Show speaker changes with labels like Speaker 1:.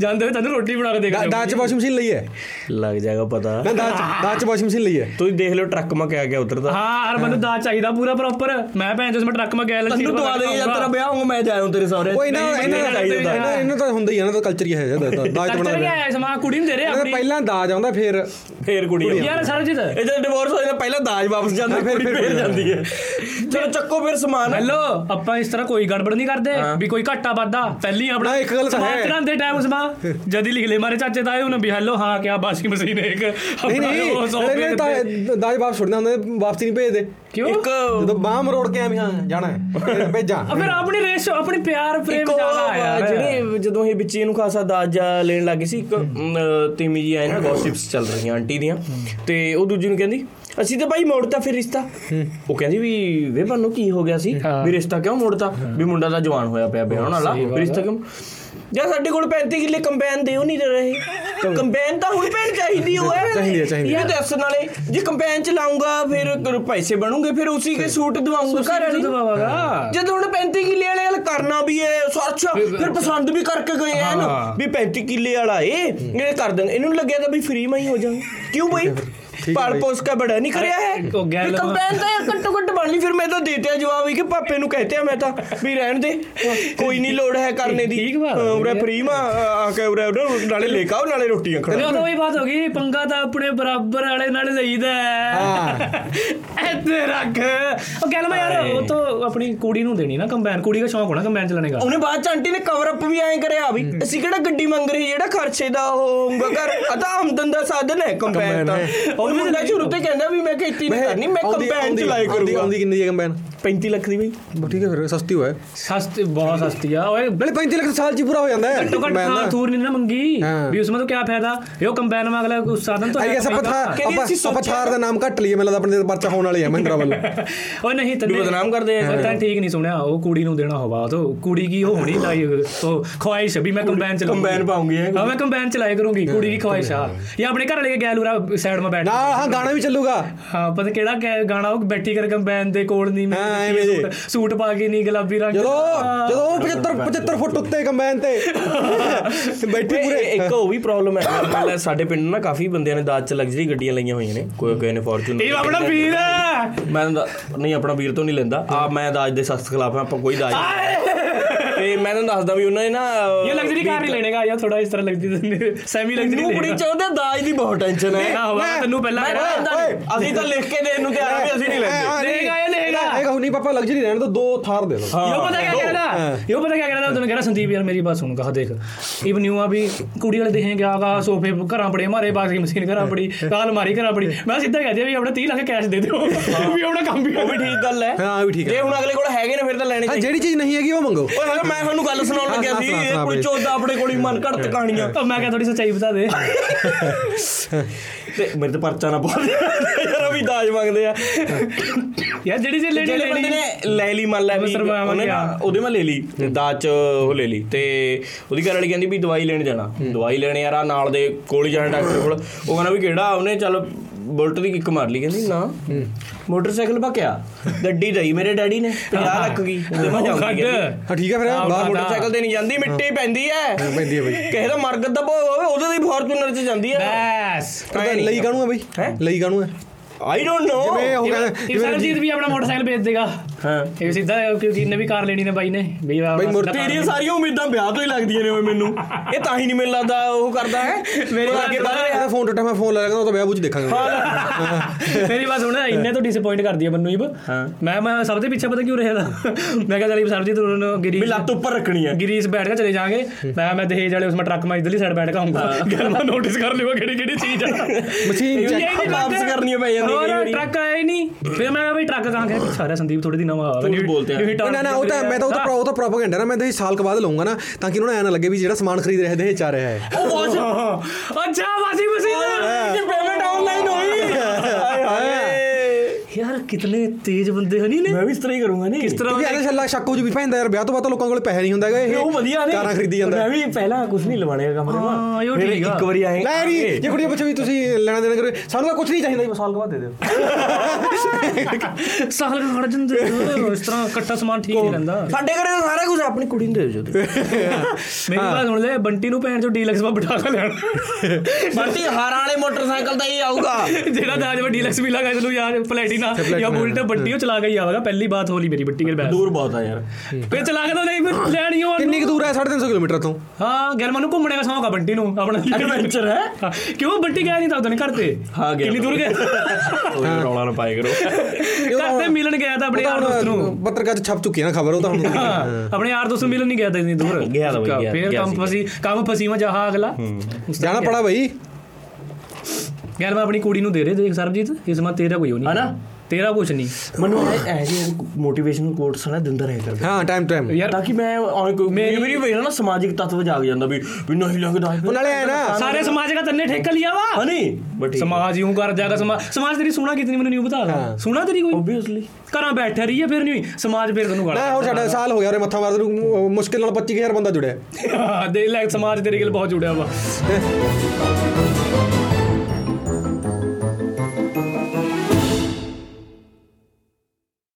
Speaker 1: ਜਾਂਦੇ ਹੋਏ ਤੁਹਾਨੂੰ ਰੋਟੀ ਬਣਾ ਕੇ ਦੇ ਕੇ
Speaker 2: ਦਾ- ਦਾਜ ਚ ਵਾਸ਼ਿੰਗ ਮਸ਼ੀਨ ਲਈ ਹੈ
Speaker 3: ਲੱਗ ਜਾਏਗਾ ਪਤਾ
Speaker 2: ਨਾ ਦਾਜ ਦਾਜ ਚ ਵਾਸ਼ਿੰਗ ਮਸ਼ੀਨ ਲਈ ਹੈ
Speaker 3: ਤੁਸੀਂ ਦੇਖ ਲਿਓ ਟਰੱਕ ਮਾ ਕਿਆ ਕਿਆ ਉਤਰਦਾ
Speaker 1: ਹਾਂ ਹਰ ਮੈਨੂੰ ਦਾਜ ਚਾਹੀਦਾ ਪੂਰਾ ਪ੍ਰੋਪਰ ਮੈਂ ਭੈਣ ਜਿਸ ਮੈਂ ਟਰੱਕ ਮਾ ਗਿਆ ਲੰਚੀ
Speaker 3: ਤੈਨੂੰ ਦਵਾ ਦੇਗੇ ਜਦ ਤੇਰਾ ਵਿਆਹ ਹੋਊਗਾ ਮੈਂ ਜਾਇਆ ਤੇਰੇ ਸਹੁਰੇ
Speaker 2: ਉਹ ਇਹਨਾਂ
Speaker 1: ਨਹੀਂ,
Speaker 2: ਇਹਨਾਂ
Speaker 1: ਨਹੀਂ, ਨਹੀਂ,
Speaker 2: ਇਹਨਾਂ-
Speaker 1: ਨਹੀਂ।
Speaker 2: ਇਹਨਾਂ ਦਾ ਹੁੰਦਾ ਹੀ ਹੈ ਨਾ ਤਾਂ ਕਲਚਰ ਹੀ ਹੈ ਜਿਹਦਾ ਦਾਜ
Speaker 1: ਕਲਚਰ
Speaker 2: ਬਣਾਉਂਦੇ
Speaker 1: ਗਿਆ ਹੈ ਸਮਾਂ ਕੁੜੀ ਨੂੰ ਦੇ ਰਹੇ ਆਪਣੀ
Speaker 2: ਪਹਿਲਾਂ ਦਾਜ ਆਉਂਦਾ ਫਿਰ
Speaker 3: ਫੇਰ ਕੁੜੀ ਆਉਂਦੀ ਹੈ।
Speaker 1: ਯਾਰ ਸਾਰਾ ਚੀਜ਼
Speaker 3: ਇਹ ਜਦ ਡਿਵੋਰਸ ਹੋ ਜਾਂਦਾ ਪਹਿਲਾਂ ਦਾਜ ਵਾਪਸ ਜਾਂਦਾ
Speaker 2: ਫਿਰ-
Speaker 3: ਕੁੜੀ
Speaker 2: ਫਿਰ-
Speaker 3: ਫੇਰ
Speaker 2: ਫਿਰ
Speaker 3: ਜਾਂਦੀ ਹੈ ਚਲੋ ਚੱਕੋ ਫਿਰ ਸਮਾਨ
Speaker 1: ਹੈਲੋ ਆਪਾਂ ਇਸ ਤਰ੍ਹਾਂ ਕੋਈ ਗੜਬੜ ਨਹੀਂ ਕਰਦੇ ਵੀ ਕੋਈ ਘਾਟਾ ਵਾਧਾ ਪਹਿਲੀ ਆਪਣਾ
Speaker 2: ਨਾ, ਇੱਕ ਗੱਲ ਤਾਂ
Speaker 1: ਸਮਾਨ
Speaker 2: ਹੈ।
Speaker 1: ਚੜਾਉਂਦੇ ਟਾਈਮ ਸਮਾਂ ਜਦ ਹੀ ਲਿਖ ਲੈ ਮਾਰੇ ਚਾਚੇ ਤਾਏ ਉਹਨੇ ਵੀ ਹੈਲੋ ਹਾਂ ਕਿਆ ਬਾਸ਼ੀ ਮਸ਼ੀਨ ਹੈ ਇੱਕ
Speaker 2: ਨਹੀਂ
Speaker 1: ਆਪਣਾ
Speaker 2: ਨਹੀਂ
Speaker 1: ਉਹ ਸੌ
Speaker 2: ਇਹਨਾਂ
Speaker 1: ਰੁਪਏ
Speaker 2: ਨੇ ਤਾਂ ਦਾਜ ਵਾਪਸ ਛੱਡਣਾ ਹੁੰਦਾ ਵਾਪਸੀ ਨਹੀਂ ਭੇਜਦੇ
Speaker 1: ਕਿਉਂ
Speaker 3: ਇੱਕ
Speaker 2: ਜਦੋਂ ਬਾਹ ਮਰੋੜ ਕੇ ਆਵੇਂ ਹਾਂ ਜਾਣਾ ਹੈ ਭੇਜਾਂ
Speaker 1: ਆ ਫਿਰ ਆਪਣੀ ਰੇਸ਼ ਆਪਣੀ ਪਿਆਰ ਪ੍ਰੇਮ
Speaker 3: ਇੱਕ ਉਹ,
Speaker 1: ਜਾਣਾ ਯਾਰ
Speaker 3: ਜਿਹੜੇ ਜਦੋਂ ਇਹ ਬੱਚੇ ਨੂੰ ਖਾਸਾ ਦਾਜਾ ਲੈਣ ਲੱਗੇ ਸੀ ਇੱਕ ਅਮ, ਤੀਮੀ ਜੀ ਆਏ ਨਾ ਗੌਸਿਪਸ ਚੱਲ ਰਹੀਆਂ ਆਂਟੀ ਦੀਆਂ ਤੇ ਉਹ ਦੂਜੀ ਨੂੰ ਕਹਿੰਦੀ ਅਸੀਂ ਤਾਂ ਭਾਈ ਮੋੜਤਾ ਫਿਰ ਰਿਸ਼ਤਾ ਉਹ ਕਹਿੰਦੀ ਵੀ ਵੇ ਬੰਨੂ ਕੀ ਹੋ ਗਿਆ ਸੀ
Speaker 1: ਹਾਂ।
Speaker 3: ਵੀ ਰਿਸ਼ਤਾ ਕਿਉਂ ਮੋੜਤਾ ਵੀ ਮੁੰਡਾ ਤਾਂ ਜਵਾਨ ਹੋਇਆ ਪਿਆ ਵਿਆਹਣ ਵਾਲਾ
Speaker 1: ਸਹੀ ਗੱਲ
Speaker 3: ਰਿਸ਼ਤਾ ਕਿਉਂ ਜਾਂ ਸਾਡੇ ਕੋਲ 35 ਕਿੱਲੇ ਕੰਬਾਈਨ ਦੇ ਉਹ ਨਹੀਂ ਦੇ ਰਹੇ ਕੰਬਾਈਨ ਤਾਂ ਹੁਣ ਭੈਣ ਚਾਹੀਦੀ ਹੋਏ
Speaker 2: ਚਾਹੀਦੀ ਹੈ, ਚਾਹੀਦੀ ਹੈ।
Speaker 3: ਇਹ ਦੱਸਣ ਵਾਲੇ ਜੇ ਕੰਬਾਈਨ ਚ ਲਾਉਂਗਾ ਫਿਰ ਕ- ਪੈਸੇ ਬਣੂਗੇ ਫਿਰ ਉਸੇ ਕੇ ਸੂਟ ਦਵਾਉਂਗਾ ਘਰ ਵਾਲੀ ਨੂੰ।
Speaker 1: ਦਵਾਵਾਗਾ
Speaker 3: ਜਦੋਂ ਹੁਣ 35 ਕਿੱਲੇ ਵਾਲੇ ਨਾਲ ਕਰਨਾ ਵੀ ਹੈ ਸਰਚ ਫਿਰ ਪਸੰਦ ਵੀ ਕਰਕੇ ਗਏ ਐਨ
Speaker 1: ਹਾਂ।
Speaker 3: ਵੀ 35 ਕਿੱਲੇ ਵਾਲਾ ਇਹ ਇਹ ਕਰ ਦੇਣ ਇਹਨੂੰ ਲੱਗਿਆ ਤਾਂ ਵੀ ਫ੍ਰੀ ਮੈਂ ਹੀ ਹੋ ਜਾਵਾਂ ਕਿਉਂ ਬਈ ਪਾਲ ਪੋਸ ਕਾ ਬੜਾ ਨਹੀਂ ਕਰਿਆ ਹੈ
Speaker 1: ਉਹ ਗੱਲ-
Speaker 3: ਵੀ ਕੰਪੈਨ ਤਾਂ ਯਾਰ ਘੱਟੋ ਘੱਟ ਬਣ ਲਈ ਫਿਰ ਮੈਂ ਤਾਂ ਦੇਤਿਆ ਜਵਾਬ ਹੀ ਕਿ ਪਾਪੇ ਨੂੰ ਕਹਤਿਆ ਮੈਂ ਤਾਂ ਵੀ ਰਹਿਣ ਦੇ ਕੋਈ ਨਹੀਂ ਲੋੜ ਹੈ ਕਰਨੇ ਦੀ
Speaker 1: ਠੀਕ ਬਾਤ ਹੈ।
Speaker 3: ਹਾਂ, ਉਰੇ ਫ੍ਰੀ ਮਾ ਆ ਕੇ ਉਰੇ ਉਰੇ ਨਾਲੇ ਲੈ ਕੇ ਆਓ ਨਾਲੇ ਰੋਟੀਆਂ ਖੜਾ
Speaker 1: ਚਲੋ ਉਹੀ ਬਾਤ ਹੋ ਗਈ ਪੰਗਾ ਤਾਂ ਆਪਣੇ ਬਰਾਬਰ ਵਾਲੇ ਨਾਲ ਲਈਦਾ
Speaker 2: ਹਾਂ।
Speaker 1: ਐਤੇ ਰੱਖ ਉਹ ਗੱਲ ਮੈਂ ਯਾਰ ਉਹ ਤਾਂ ਆਪਣੀ ਕੁੜੀ ਨੂੰ ਦੇਣੀ ਨਾ ਕੰਬਾਈਨ ਕੁੜੀ ਦਾ ਸ਼ੌਂਕ ਹੋਣਾ ਕੰਬਾਈਨ ਚਲਾਣੇ ਦਾ
Speaker 3: ਉਹਨੇ ਬਾਅਦ ਚ ਆਂਟੀ ਨੇ ਕਵਰ ਅਪ ਵੀ ਐਂ ਕਰਿਆ ਵੀ ਅਸੀਂ ਕਿਹੜਾ ਗੱਡੀ ਮੰਗ ਰਹੀ ਜਿਹੜਾ ਖਰਚੇ ਦਾ ਉਹ ਹੋਊਗਾ ਘਰ ਆ ਤਾਂ ਆਮਦਨ ਦਾ ਸਾਧਨ ਹੈ ਕੰਪੈਨ
Speaker 2: ਕੰਬਾਈਨ
Speaker 3: ਤਾਂ
Speaker 2: ਹੈ।
Speaker 3: ਉਹ ਮੁੰਡਾ ਸ਼ੁਰੂ ਤੋਂ ਹੀ ਕਹਿੰਦਾ ਵੀ ਮੈਂ ਖੇਤੀ ਨਹੀਂ ਕਰਨੀ ਮੈਂ
Speaker 2: ਆਉਂਦੀ-
Speaker 3: ਕੰਪੈਨ
Speaker 2: ਆਉਂਦੀ-
Speaker 3: ਚਲਾਇਆ
Speaker 2: ਆਉਂਦੀ-
Speaker 3: ਕਰੂੰਗਾ
Speaker 2: ਆਉਂਦੀ ਕਿੰਨੀ ਹੈ ਕੰਬਾਈਨ
Speaker 3: 35 ਲੱਖ ਦੀ ਬਈ
Speaker 2: ਠੀਕ ਹੈ ਫਿਰ ਸਸਤੀ ਹੋਇਆ
Speaker 1: ਸਸਤੀ ਬਹੁਤ ਸਸਤੀ ਆ ਓਏ
Speaker 2: ਨਾਲੇ 35 ਲੱਖ ਸਾਲ ਚ ਪੂਰਾ ਹੋ ਜਾਂਦਾ ਹੈ
Speaker 1: ਘੱਟੋ ਘੱਟ ਥਾਂ ਥੂਰ ਨਹੀਂ ਨਾ ਮੰਗੀ
Speaker 2: ਹਾਂ।
Speaker 1: ਵੀ ਉਸਮੇ ਤੋਂ ਕੀ ਫਾਇਦਾ ਇਹ ਉਹ ਕੰਬਾਈਨ ਮੈਂ ਅਗਲਾ ਉਸ ਸਾਧਨ ਤੋਂ
Speaker 2: ਆਈ ਗੈਸ ਆਪਾਂ ਥਾਰ
Speaker 3: ਕਹਿੰਦੀ
Speaker 2: ਆਪਾਂ
Speaker 3: ਅਸੀਂ
Speaker 2: ਆਪਾਂ
Speaker 3: ਸੋਚਿਆ
Speaker 2: ਥਾਰ ਦਾ ਨਾਮ ਘੱਟ ਲਈਏ ਮੈਨੂੰ ਲੱਗਦਾ ਆਪਣੇ ਤੇ ਪਰਚਾ ਹੋਣ ਵਾਲੀ ਹੈ ਮਹਿੰਦਰਾ ਵੱਲ
Speaker 1: ਓਏ ਨਹੀਂ ਤੰਨੇ
Speaker 3: ਬਦਨਾਮ ਕਰਦੇ ਆ।
Speaker 1: ਤਾਂ ਠੀਕ ਨਹੀਂ ਸੁਣਿਆ ਉਹ ਕੁੜੀ ਨੂੰ ਦੇਣਾ ਹੋਵਾ ਤੋ ਕੁੜੀ ਕੀ ਉਹ ਹੋਣੀ ਲਾਈ ਉਹ ਖੁਆਇਸ਼ ਵੀ ਮੈਂ ਕੰਬਾਈਨ ਚਲਾਉਂਗੀ
Speaker 3: ਕੰਬਾਈਨ ਪਾਉਂਗੀ ਇਹ।
Speaker 1: ਹਾਂ ਮੈਂ ਕੰਬਾਈਨ ਚਲਾਇਆ ਕਰੂੰਗੀ ਕੁੜੀ ਦੀ ਖੁਆਇਸ਼ ਆ ਜਾਂ ਆਪਣੇ ਘਰ ਵਾਲੇ ਕੇ ਗੈਲੂਰਾ ਸਾਈਡ ਮੇ ਬੈਠ
Speaker 2: ਨਾ ਹਾਂ ਗਾਣਾ ਵੀ ਚੱਲੂਗਾ
Speaker 1: ਹਾਂ ਪਤਾ ਕਿਹੜਾ ਗਾ- ਗਾਣਾ ਉਹ ਬੈਠੀ ਕਰ ਕੰਬਾਈਨ ਦੇ ਕੋਲ ਨਹੀਂ ਮੈਂ
Speaker 2: ਹਾਂ, ਐਵੇਂ ਜੇ।
Speaker 1: ਸੂਟ- ਸੂਟ ਪਾ ਕੇ ਨਹੀਂ ਗੁਲਾਬੀ ਰੰਗ
Speaker 2: ਜਦੋਂ
Speaker 1: ਹਾਂ।
Speaker 2: ਜਦੋਂ ਉਹ 75 75 ਫੁੱਟ ਉੱਤੇ ਕੰਬਾਈਨ ਤੇ ਬੈਠੀ
Speaker 3: ਇਹ-
Speaker 2: ਪੂਰੇ
Speaker 3: ਇਹ- ਇੱਕ ਉਹ ਵੀ ਪ੍ਰੋਬਲਮ ਹੈ ਮਤਲਬ ਸਾਡੇ ਪਿੰਡ ਨਾ ਕਾਫੀ ਬੰਦਿਆਂ ਨੇ ਦਾਜ ਚ ਲਗਜ਼ਰੀ ਗੱਡੀਆਂ ਲਈਆਂ ਹੋਈਆਂ ਨੇ ਕੋਈ ਕੋਈ ਨੇ ਫੋਰਚੂਨਰ
Speaker 1: ਇਹ ਆਪਣਾ ਵੀਰ ਹੈ
Speaker 3: ਮੈਂ ਤਾਂ- ਨਹੀਂ ਆਪਣਾ ਵੀਰ ਤੋਂ ਨਹੀਂ ਲੈਂਦਾ ਆ ਮੈਂ ਦਾਜ ਦੇ ਸਖਤ ਖਿਲਾਫ ਹਾਂ ਆਪਾਂ ਕੋਈ ਦਾਜ ਨਹੀਂ ਲੈਂਦਾ। ਤੇ ਮੈਂ ਤੁਹਾਨੂੰ ਦੱਸਦਾ ਵੀ ਉਹਨਾਂ ਨੇ ਨਾ ਅਹ,
Speaker 1: ਇਹ ਲਗਜ਼ਰੀ ਕਾਰ ਨਹੀਂ ਲੈਣੇਗਾ ਯਾ ਥੋੜਾ ਇਸ ਤਰ੍ਹਾਂ ਲੱਗਦੀ ਸੈਮੀ ਲਗਜ਼ਰੀ
Speaker 3: ਮੈਨੂੰ ਕੁੜੀ
Speaker 1: ਲੈਣਾ
Speaker 3: ਚਾਹੁੰਦੇ ਦਾਜ ਦੀ ਬਹੁਤ ਟੈਨਸ਼ਨ ਹੈ
Speaker 1: ਨਾ ਹੋਵੇ ਤੈਨੂੰ ਪਹਿਲਾਂ
Speaker 3: ਮੈਂ
Speaker 1: ਕਹਿਣਾ।
Speaker 3: ਲੈਂਦਾ ਨਹੀਂ। ਅਸੀਂ ਤਾਂ ਲਿਖ ਕੇ ਦੇਣ ਨੂੰ ਤਿਆਰ ਆ ਵੀ ਅਸੀਂ ਨਹੀਂ ਲੈਂਦੇ
Speaker 1: ਲਏਗਾ ਇਹ ਲਏਗਾ।
Speaker 2: ਇਹ ਕਹੂ ਨਹੀਂ ਪਾਪਾ ਲਗਜ਼ਰੀ ਰਹਿਣ ਦੋ ਦੋ ਥਾਰ ਦੇ ਦੋ
Speaker 1: ਯੋ ਪਤਾ
Speaker 3: ਦੋ।
Speaker 1: ਕੀ ਕਹਿਣਾ ਯੋ ਪਤਾ ਕੀ ਕਹਿਣਾ ਤੁਹਾਨੂੰ ਕਹਿਣਾ ਸੰਦੀਪ ਯਾਰ ਮੇਰੀ ਬਾਤ ਸੁਣ ਕਹਾ ਦੇਖ ਇਹ ਨਿਊ ਆ ਵੀ ਕੁੜੀ ਵਾਲੇ ਦੇਖੇ ਗਿਆ ਵਾ ਸੋਫੇ ਘਰਾਂ ਪੜੇ ਮਾਰੇ ਬਾਕੀ ਮਸ਼ੀਨ ਘਰਾਂ ਪੜੀ ਕਾਲ ਮਾਰੀ ਘਰਾਂ ਪੜੀ ਮੈਂ ਸਿੱਧਾ ਕਹਿ ਦਿਆ ਵੀ ਆਪਣਾ 30 ਲੱਖ ਕੈਸ਼ ਦੇ ਦਿਓ ਵੀ ਆਪਣਾ ਕੰਮ ਵੀ
Speaker 3: ਉਹ ਵੀ ਠੀਕ ਗੱਲ ਹੈ
Speaker 2: ਹਾਂ, ਉਹ ਵੀ ਠੀਕ
Speaker 3: ਜੇ ਹੁਣ ਅਗਲੇ ਕੋਲ ਹੈਗੇ ਨੇ ਫਿਰ ਤਾਂ ਲੈਣੇ
Speaker 2: ਹਾਂ
Speaker 3: ਚਾਹੀਦੇ
Speaker 2: ਜਿਹੜੀ ਚੀਜ਼ ਨਹੀਂ ਹੈਗੀ ਉਹ ਮੰਗੋ
Speaker 3: ਓਏ ਹਲੇ ਮੈਂ ਤੁਹਾਨੂੰ ਗੱਲ ਸੁਣਾਉਣ ਲੱਗਿਆ ਸੀ
Speaker 2: ਸੁਣਾ,
Speaker 3: ਇਹ
Speaker 2: ਸੁਣਾ
Speaker 3: ਕੋਈ
Speaker 2: ਬਈ।
Speaker 3: ਚੋਦਾ ਆਪਣੇ ਕੋਲ ਹੀ ਮਨ ਘੜਤ ਕਹਾਣੀਆਂ
Speaker 1: ਤਾਂ ਮੈਂ ਕਿਹਾ ਥੋੜੀ ਸੱਚਾਈ ਬਤਾ ਦੇ
Speaker 3: ਤੇ ਮੇਰੇ ਤੇ ਪਰਚਾ ਨਾ ਪਾ ਦੇ ਯਾਰ ਉਹ ਵੀ ਦਾਜ ਮੰਗਦੇ ਆ
Speaker 1: ਯਾਰ ਜਿਹੜੀ ਜੇ ਲੈਣੀ
Speaker 3: ਜਿਹੜੇ ਬੰਦੇ
Speaker 1: ਲੈਣੀ
Speaker 3: ਨੇ ਲੈ ਲਈ ਮੰਨ ਲੈ ਵੀ
Speaker 1: ਮੁਸਲਮਾਨ
Speaker 3: ਉਹਨੇ ਨਾ
Speaker 1: ਗਿਆ।
Speaker 3: ਉਹਦੇ ਮੈਂ ਲੈ ਲਈ ਤੇ ਦਾਜ ਚ ਉਹ ਲੈ ਲਈ ਤੇ ਉਹਦੀ ਘਰ ਵਾਲੀ ਕਹਿੰਦੀ ਵੀ ਦਵਾਈ ਲੈਣ ਜਾਣਾ ਦਵਾਈ ਲੈਣ ਯਾਰ ਆ ਨਾਲ ਦੇ ਕੋਲ ਹੀ ਜਾਣਾ ਡਾਕਟਰ ਕੋਲ ਉਹ ਕਹਿੰਦਾ ਵੀ ਕਿਹੜਾ ਉਹਨੇ ਚੱਲ ਬੁਲਟ ਦੀ ਕਿੱਕ ਮਾਰ ਲਈ ਕਹਿੰਦੀ ਨਾ ਮੋਟਰਸਾਈਕਲ ਭਕਿਆ ਗੱਡੀ ਦਈ ਮੇਰੇ ਡੈਡੀ ਨੇ 50 ਲੱਖ ਦੀ ਤੇ ਮੈਂ ਜਾਉਂਗੀ
Speaker 2: ਹਾਂ ਠੀਕ ਹੈ ਫਿਰ ਬਾਹਰ ਮੋਟਰ
Speaker 3: ਮੋਟਰਸਾਈਕਲ ਤੇ ਨਹੀਂ ਜਾਂਦੀ ਮਿੱਟੀ ਪੈਂਦੀ ਐ
Speaker 2: ਪੈਂਦੀ ਹੈ ਬਈ
Speaker 3: ਕਿਸੇ ਦਾ ਮਰਗਤ ਦਾ ਭੋਗ ਹੋਵੇ ਉਹਦੇ ਦੀ ਫੋਰਚੂਨਰ ਚ ਜਾਂਦੀ ਐ
Speaker 1: ਬਸ
Speaker 2: ਪਤਾ ਲਈ ਕਾਹਨੂੰ ਹੈ
Speaker 3: ਹੈਂ?
Speaker 2: ਬਈ ਲਈ ਕਾਹਨੂੰ ਹੈ
Speaker 3: ਆਈ ਡੋਨਟ ਨੋ
Speaker 2: ਜਿਵੇਂ ਉਹ ਕਹਿੰਦਾ
Speaker 1: ਇਹ
Speaker 2: ਜਿਵੇਂ
Speaker 1: ਸਰਜੀਤ ਵੀ ਆਪਣਾ ਮੋਟਰਸਾਈਕਲ ਵੇਚ ਦੇਗਾ
Speaker 3: ਹਾਂ
Speaker 1: ਇਹ ਵੀ ਸਿੱਧਾ ਕਿਉਂਕਿ ਇਹਨੇ ਵੀ ਕਾਰ ਲੈਣੀ ਨੇ ਬਾਈ ਨੇ ਵੀ ਆਪਣਾ
Speaker 2: ਬਈ ਮੁਰਤੀ
Speaker 1: ਸਿੱਧਾ ਕਾਰ
Speaker 3: ਤੇਰੀਆਂ ਸਾਰੀਆਂ ਉਮੀਦਾਂ ਵਿਆਹ ਤੋਂ ਹੀ ਲੱਗਦੀਆਂ ਨੇ ਓਏ ਮੈਨੂੰ ਇਹ ਤਾਂ ਹੀ ਨਹੀਂ ਮੈਨੂੰ ਲੱਗਦਾ ਉਹ ਕਰਦਾ ਹੈ ਮੇਰੇ ਅੱਗੇ
Speaker 2: ਬਾਹਰ ਆਇਆ ਫੋਨ ਟੁੱਟਾ ਮੈਂ ਫੋਨ ਲੈ ਲੈਣਾ ਉਹ ਤਾਂ ਵਿਆਹ ਬੂਝ ਦੇਖਾਂਗੇ
Speaker 1: ਮੇਰੀ ਬਾਤ ਸੁਣ ਇੰਨੇ ਤੋਂ ਡਿਸਪਾਇੰਟ ਕਰਦੀ ਆ ਮੈਨੂੰ ਇਬ ਮੈਂ ਮੈਂ ਸਭ ਦੇ ਪਿੱਛੇ ਪਤਾ ਕਿਉਂ ਰਿਹਾ ਤਾ? ਮੈਂ ਕਿਹਾ ਚਲੀ ਸਰਜੀਤ ਨੂੰ
Speaker 3: ਵੀ
Speaker 1: ਗਿਰੀਸ਼
Speaker 3: ਲੱਤ ਉੱਪਰ ਰੱਖਣੀ ਹੈ
Speaker 1: ਗਿਰੀਸ਼ ਬੈਠ ਕੇ ਚਲੇ ਜਾਾਂਗੇ ਮੈਂ ਕਿਹਾ ਮੈਂ ਦਹੇਜ ਵਾਲੇ ਉਸ ਮੈਂ ਟਰੱਕ ਮੈਂ ਇਧਰਲੀ ਸਾਈਡ ਬੈਠ ਕੇ ਆਉਂਗਾ ਗੱਲ ਮੈਂ ਨੋਟਿਸ ਕਰ ਲਿਓ ਕਿਹੜੀ ਕਿਹੜੀ ਚੀਜ਼ ਆ
Speaker 2: ਮਸ਼ੀਨ
Speaker 3: check ਵਾਪਸ ਕਰਨੀ ਪੈ ਜਾਂਦੀ ਕਈ ਵਾਰੀ।
Speaker 1: ਟਰੱਕ ਆਇਆ ਹੀ ਨਹੀਂ ਫਿਰ ਮੈਂ ਕਿਹਾ ਬਈ ਟਰੱਕ ਕਹਾਂ ਗਿਆ ਪਿੱਛਾ ਰਿਹਾ ਸੰਦੀਪ ਥੋੜੀ ਦਿਨ ਨਵਾਂ ਆਵਾ
Speaker 3: ਝੂਠ ਬੋਲਤੇ ਆ।
Speaker 2: ਨਾ ਨਾ ਉਹ ਤਾਂ ਮੈਂ ਤਾਂ ਉਹ ਤਾਂ ਪ੍ਰੋ- ਉਹ ਤਾਂ ਪ੍ਰੋਪਾਗੈਂਡਾ ਨਾ ਮੈਂ ਤਾਂ ਇਹ ਸਾਲ ਕੁ ਬਾਅਦ ਲਵਾਂਗਾ ਨਾ ਤਾਂ ਕਿ ਉਹਨਾਂ ਨੂੰ ਐ ਨਾ ਲੱਗੇ ਵੀ ਜਿਹੜਾ ਸਮਾਨ ਖਰੀਦ ਰਹੇ ਦੇ ਚਾ ਰਿਹਾ ਹੈ
Speaker 1: ਉਹ ਅੱਛਾ ਵਾਸੀ ਮਸ਼ੀਨ
Speaker 3: ਪੇਮੈਂਟ ਆਨਲਾਈਨ ਹੋਈ ਹਾਏ ਹਾਏ
Speaker 1: ਯਾਰ ਕਿਤਨੇ ਤੇਜ਼ ਬੰਦੇ ਹੋ ਨਹੀਂ ਨੇ
Speaker 4: ਮੈਂ ਵੀ ਇਸ ਤਰ੍ਹਾਂ ਹੀ ਕਰੂੰਗਾ ਨਹੀਂ
Speaker 1: ਕਿਸ ਤਰ੍ਹਾਂ
Speaker 2: ਵੀ ਇਹਦੇ ਛੱਲਾ ਸ਼ੱਕੂ ਜੀ ਵੀ ਪੈਂਦਾ ਯਾਰ ਵਿਆਹ ਤੋਂ ਬਾਅਦ ਤਾਂ ਲੋਕਾਂ ਕੋਲ ਪੈਸੇ ਨਹੀਂ ਹੁੰਦਾ ਹੈਗਾ ਇਹ
Speaker 4: ਤੇ ਉਹ ਵਧੀਆ ਨੇ
Speaker 2: ਕਾਰਾਂ ਖਰੀਦੀ ਜਾਂਦਾ
Speaker 4: ਮੈਂ ਵੀ ਪਹਿਲਾਂ ਕੁਝ ਨਹੀਂ ਲਵਾਣੇਗਾ ਕਮਰੇ
Speaker 1: ਹਾਂ, ਇਹ ਉਹ ਠੀਕ ਆ।
Speaker 4: ਇੱਕ ਵਾਰੀ ਆਏ
Speaker 2: ਲੈ ਰਹੀ ਜੇ ਕੁੜੀਆਂ ਪੁੱਛੇ ਵੀ ਤੁਸੀਂ ਲੈਣਾ ਦੇਣਾ ਕਰੋ ਸਾਨੂੰ ਤਾਂ ਕੁਝ ਨਹੀਂ ਚਾਹੀਦਾ ਜੀ ਬਸ
Speaker 4: ਸਾਲ ਕਵਾ ਦੇ ਦਿਓ
Speaker 1: ਸਾਲ ਕੁ ਖੜ ਜਾਂਦੇ ਹੋ, ਇਸ ਤਰ੍ਹਾਂ ਇਕੱਠਾ ਸਮਾਨ ਠੀਕ ਨਹੀਂ ਰਹਿੰਦਾ
Speaker 4: ਸਾਡੇ ਘਰੇ ਤਾਂ ਸਾਰਾ ਕੁਝ ਆਪਣੀ ਕੁੜੀ ਨੂੰ ਦੇ ਦਿਓ ਜੀ।
Speaker 1: ਮੇਰੀ ਗੱਲ ਸੁਣ ਲੈ ਬੰਟੀ ਨੂੰ ਭੈਣ ਚੋ ਡੀਲਕਸ ਪਾ ਬਿਠਾ ਕੇ ਲੈਣਾ
Speaker 3: ਬੰਟੀ ਹਾਰਾਂ ਵਾਲੇ ਮੋਟਰਸਾਈਕਲ ਤਾਂ ਇਹ ਆਊਗਾ
Speaker 1: ਜਿਹੜਾ ਦਾਜ ਵਾ ਡੀਲਕਸ ਵੀ ਲਗਾ ਤੈਨੂੰ ਯਾਰ ਪਲੈਟੀਨਾ ਜਾਂ ਬੁਲਟ ਬੰਟੀ ਉਹ ਚਲਾ ਕੇ ਹੀ ਆਵੇਗਾ ਪਹਿਲੀ ਬਾਤ ਹੋਲੀ ਮੇਰੀ ਬੰਟੀ ਕੇ ਬੈਠ
Speaker 4: ਦੂਰ ਬਹੁਤ ਆ ਯਾਰ
Speaker 1: ਫਿਰ ਚਲਾ ਕੇ ਤਾਂ ਨਹੀਂ ਫਿਰ ਲੈਣੀ ਉਹ
Speaker 2: ਕਿੰਨੀ ਕੁ ਦੂਰ ਹੈ 350 ਕਿਲੋਮੀਟਰ ਤੋਂ
Speaker 1: ਹਾਂ ਗਰਮਨ ਨੂੰ ਘੁੰਮਣੇ ਦਾ ਸ਼ੌਂਕ ਆ ਬੰਟੀ ਨੂੰ ਆਪਣਾ
Speaker 4: ਐਡਵੈਂਚਰ ਹੈ
Speaker 1: ਹਾਂ, ਕਿਉਂ ਬੰਟੀ ਗਿਆ ਨਹੀਂ ਤਾਂ ਉਹਨੇ ਘਰ ਤੇ
Speaker 3: ਹਾਂ, ਗਿਆ।
Speaker 1: ਕਿੰਨੀ ਦੂਰ ਗਿਆ
Speaker 3: ਰੌਲਾ ਨਾ ਪਾਏ ਕਰੋ
Speaker 1: ਘਰ ਤੇ ਮਿਲਣ ਗਿਆ ਤਾਂ ਆਪਣੇ
Speaker 2: ਉਹ ਤਾਂ
Speaker 1: ਯਾਰ ਦੋਸਤ ਨੂੰ
Speaker 2: ਹੁਣ ਪੱਤਰਕਾਰ ਚ ਛਪ ਚੁੱਕੀ ਹੈ ਨਾ ਖਬਰ ਉਹ ਤਾਂ ਹੁਣ
Speaker 1: ਹਾਂ, ਆਪਣੇ ਯਾਰ ਦੋਸਤ ਨੂੰ ਮਿਲਣ ਨਹੀਂ ਗਿਆ ਤਾਂ ਇੰਨੀ ਦੂਰ
Speaker 3: ਗਿਆ ਤਾਂ ਬਈ, ਗਿਆ-
Speaker 1: ਫਿਰ
Speaker 3: ਗਿਆ
Speaker 1: ਕੰਮ
Speaker 3: ਸੀ।
Speaker 1: ਫਸੀ ਕੰਮ ਫਸੀਵਾ ਜਹਾ ਅਗਲਾ
Speaker 2: ਜਾਣਾ ਪੜਾ ਬਈ
Speaker 1: ਗੱਲ ਮੈਂ ਆਪਣੀ ਕੁੜੀ ਨੂੰ ਦੇ ਰਹੇ ਦੇਖ ਸਰਬਜੀਤ ਇਸ ਮਾ ਤੇਰਾ ਕੋਈ ਉਹ ਨਹੀਂ
Speaker 4: ਹਨਾ?
Speaker 1: ਤੇਰਾ ਕੁਛ ਨਹੀਂ
Speaker 4: ਮੈਨੂੰ ਇਹ ਜੀ ਮੋਟੀਵੇਸ਼ਨਲ ਕੋਟ ਸੁਣਾ ਦਿੰਦਾ ਰਹੇ ਕਰਦਾ
Speaker 2: ਹਾਂ ਟਾਈਮ ਟਾਈਮ
Speaker 1: ਯਾਰ
Speaker 4: ਤਾਂ ਕਿ ਮੈਂ ਔਨ ਕੋਈ ਮੇਰੀ ਮੇਰੀ ਨਾ ਸਮਾਜਿਕ ਤੱਤਵ ਜਾਗ ਜਾਂਦਾ ਵੀ ਵੀ ਨਹੀਂ ਲੱਗਦਾ
Speaker 2: ਉਹ ਨਾਲੇ ਐ ਨਾ
Speaker 1: ਸਾਰੇ ਸਮਾਜ ਦਾ ਤੰਨੇ ਠੇਕਾ ਲਿਆ ਵਾ
Speaker 4: ਹਣੀ ਬਟ
Speaker 1: ਸਮਾਜ ਯੂੰ ਕਰ ਜਾਗਾ ਸਮਾਜ ਸਮਾਜ ਤੇਰੀ ਸੁਣਾ ਕਿਤਨੀ ਮੈਨੂੰ ਨਹੀਂ ਬਤਾ ਰਹਾ ਸੁਣਾ ਤੇਰੀ ਕੋਈ
Speaker 4: ਓਬਵੀਅਸਲੀ
Speaker 1: ਘਰਾਂ ਬੈਠਾ ਰਹੀ ਹੈ ਫਿਰ ਨਹੀਂ ਹੋਈ। ਸਮਾਜ ਫਿਰ ਤੈਨੂੰ
Speaker 2: ਨਾ ਹੋਰ ਸਾਡਾ ਸਾਲ ਹੋ ਗਿਆ ਰੇ ਮੱਥਾ ਮਾਰਦੇ ਨੂੰ ਉਹ ਮੁਸ਼ਕਿਲ ਨਾਲ 25000 ਬੰਦਾ ਜੁੜਿਆ
Speaker 1: ਗਾਲ ਦੇ ਲੈ ਸਮਾਜ ਤੇਰੇ ਗੱਲ ਬਹੁਤ ਜੁੜਿਆ ਵਾ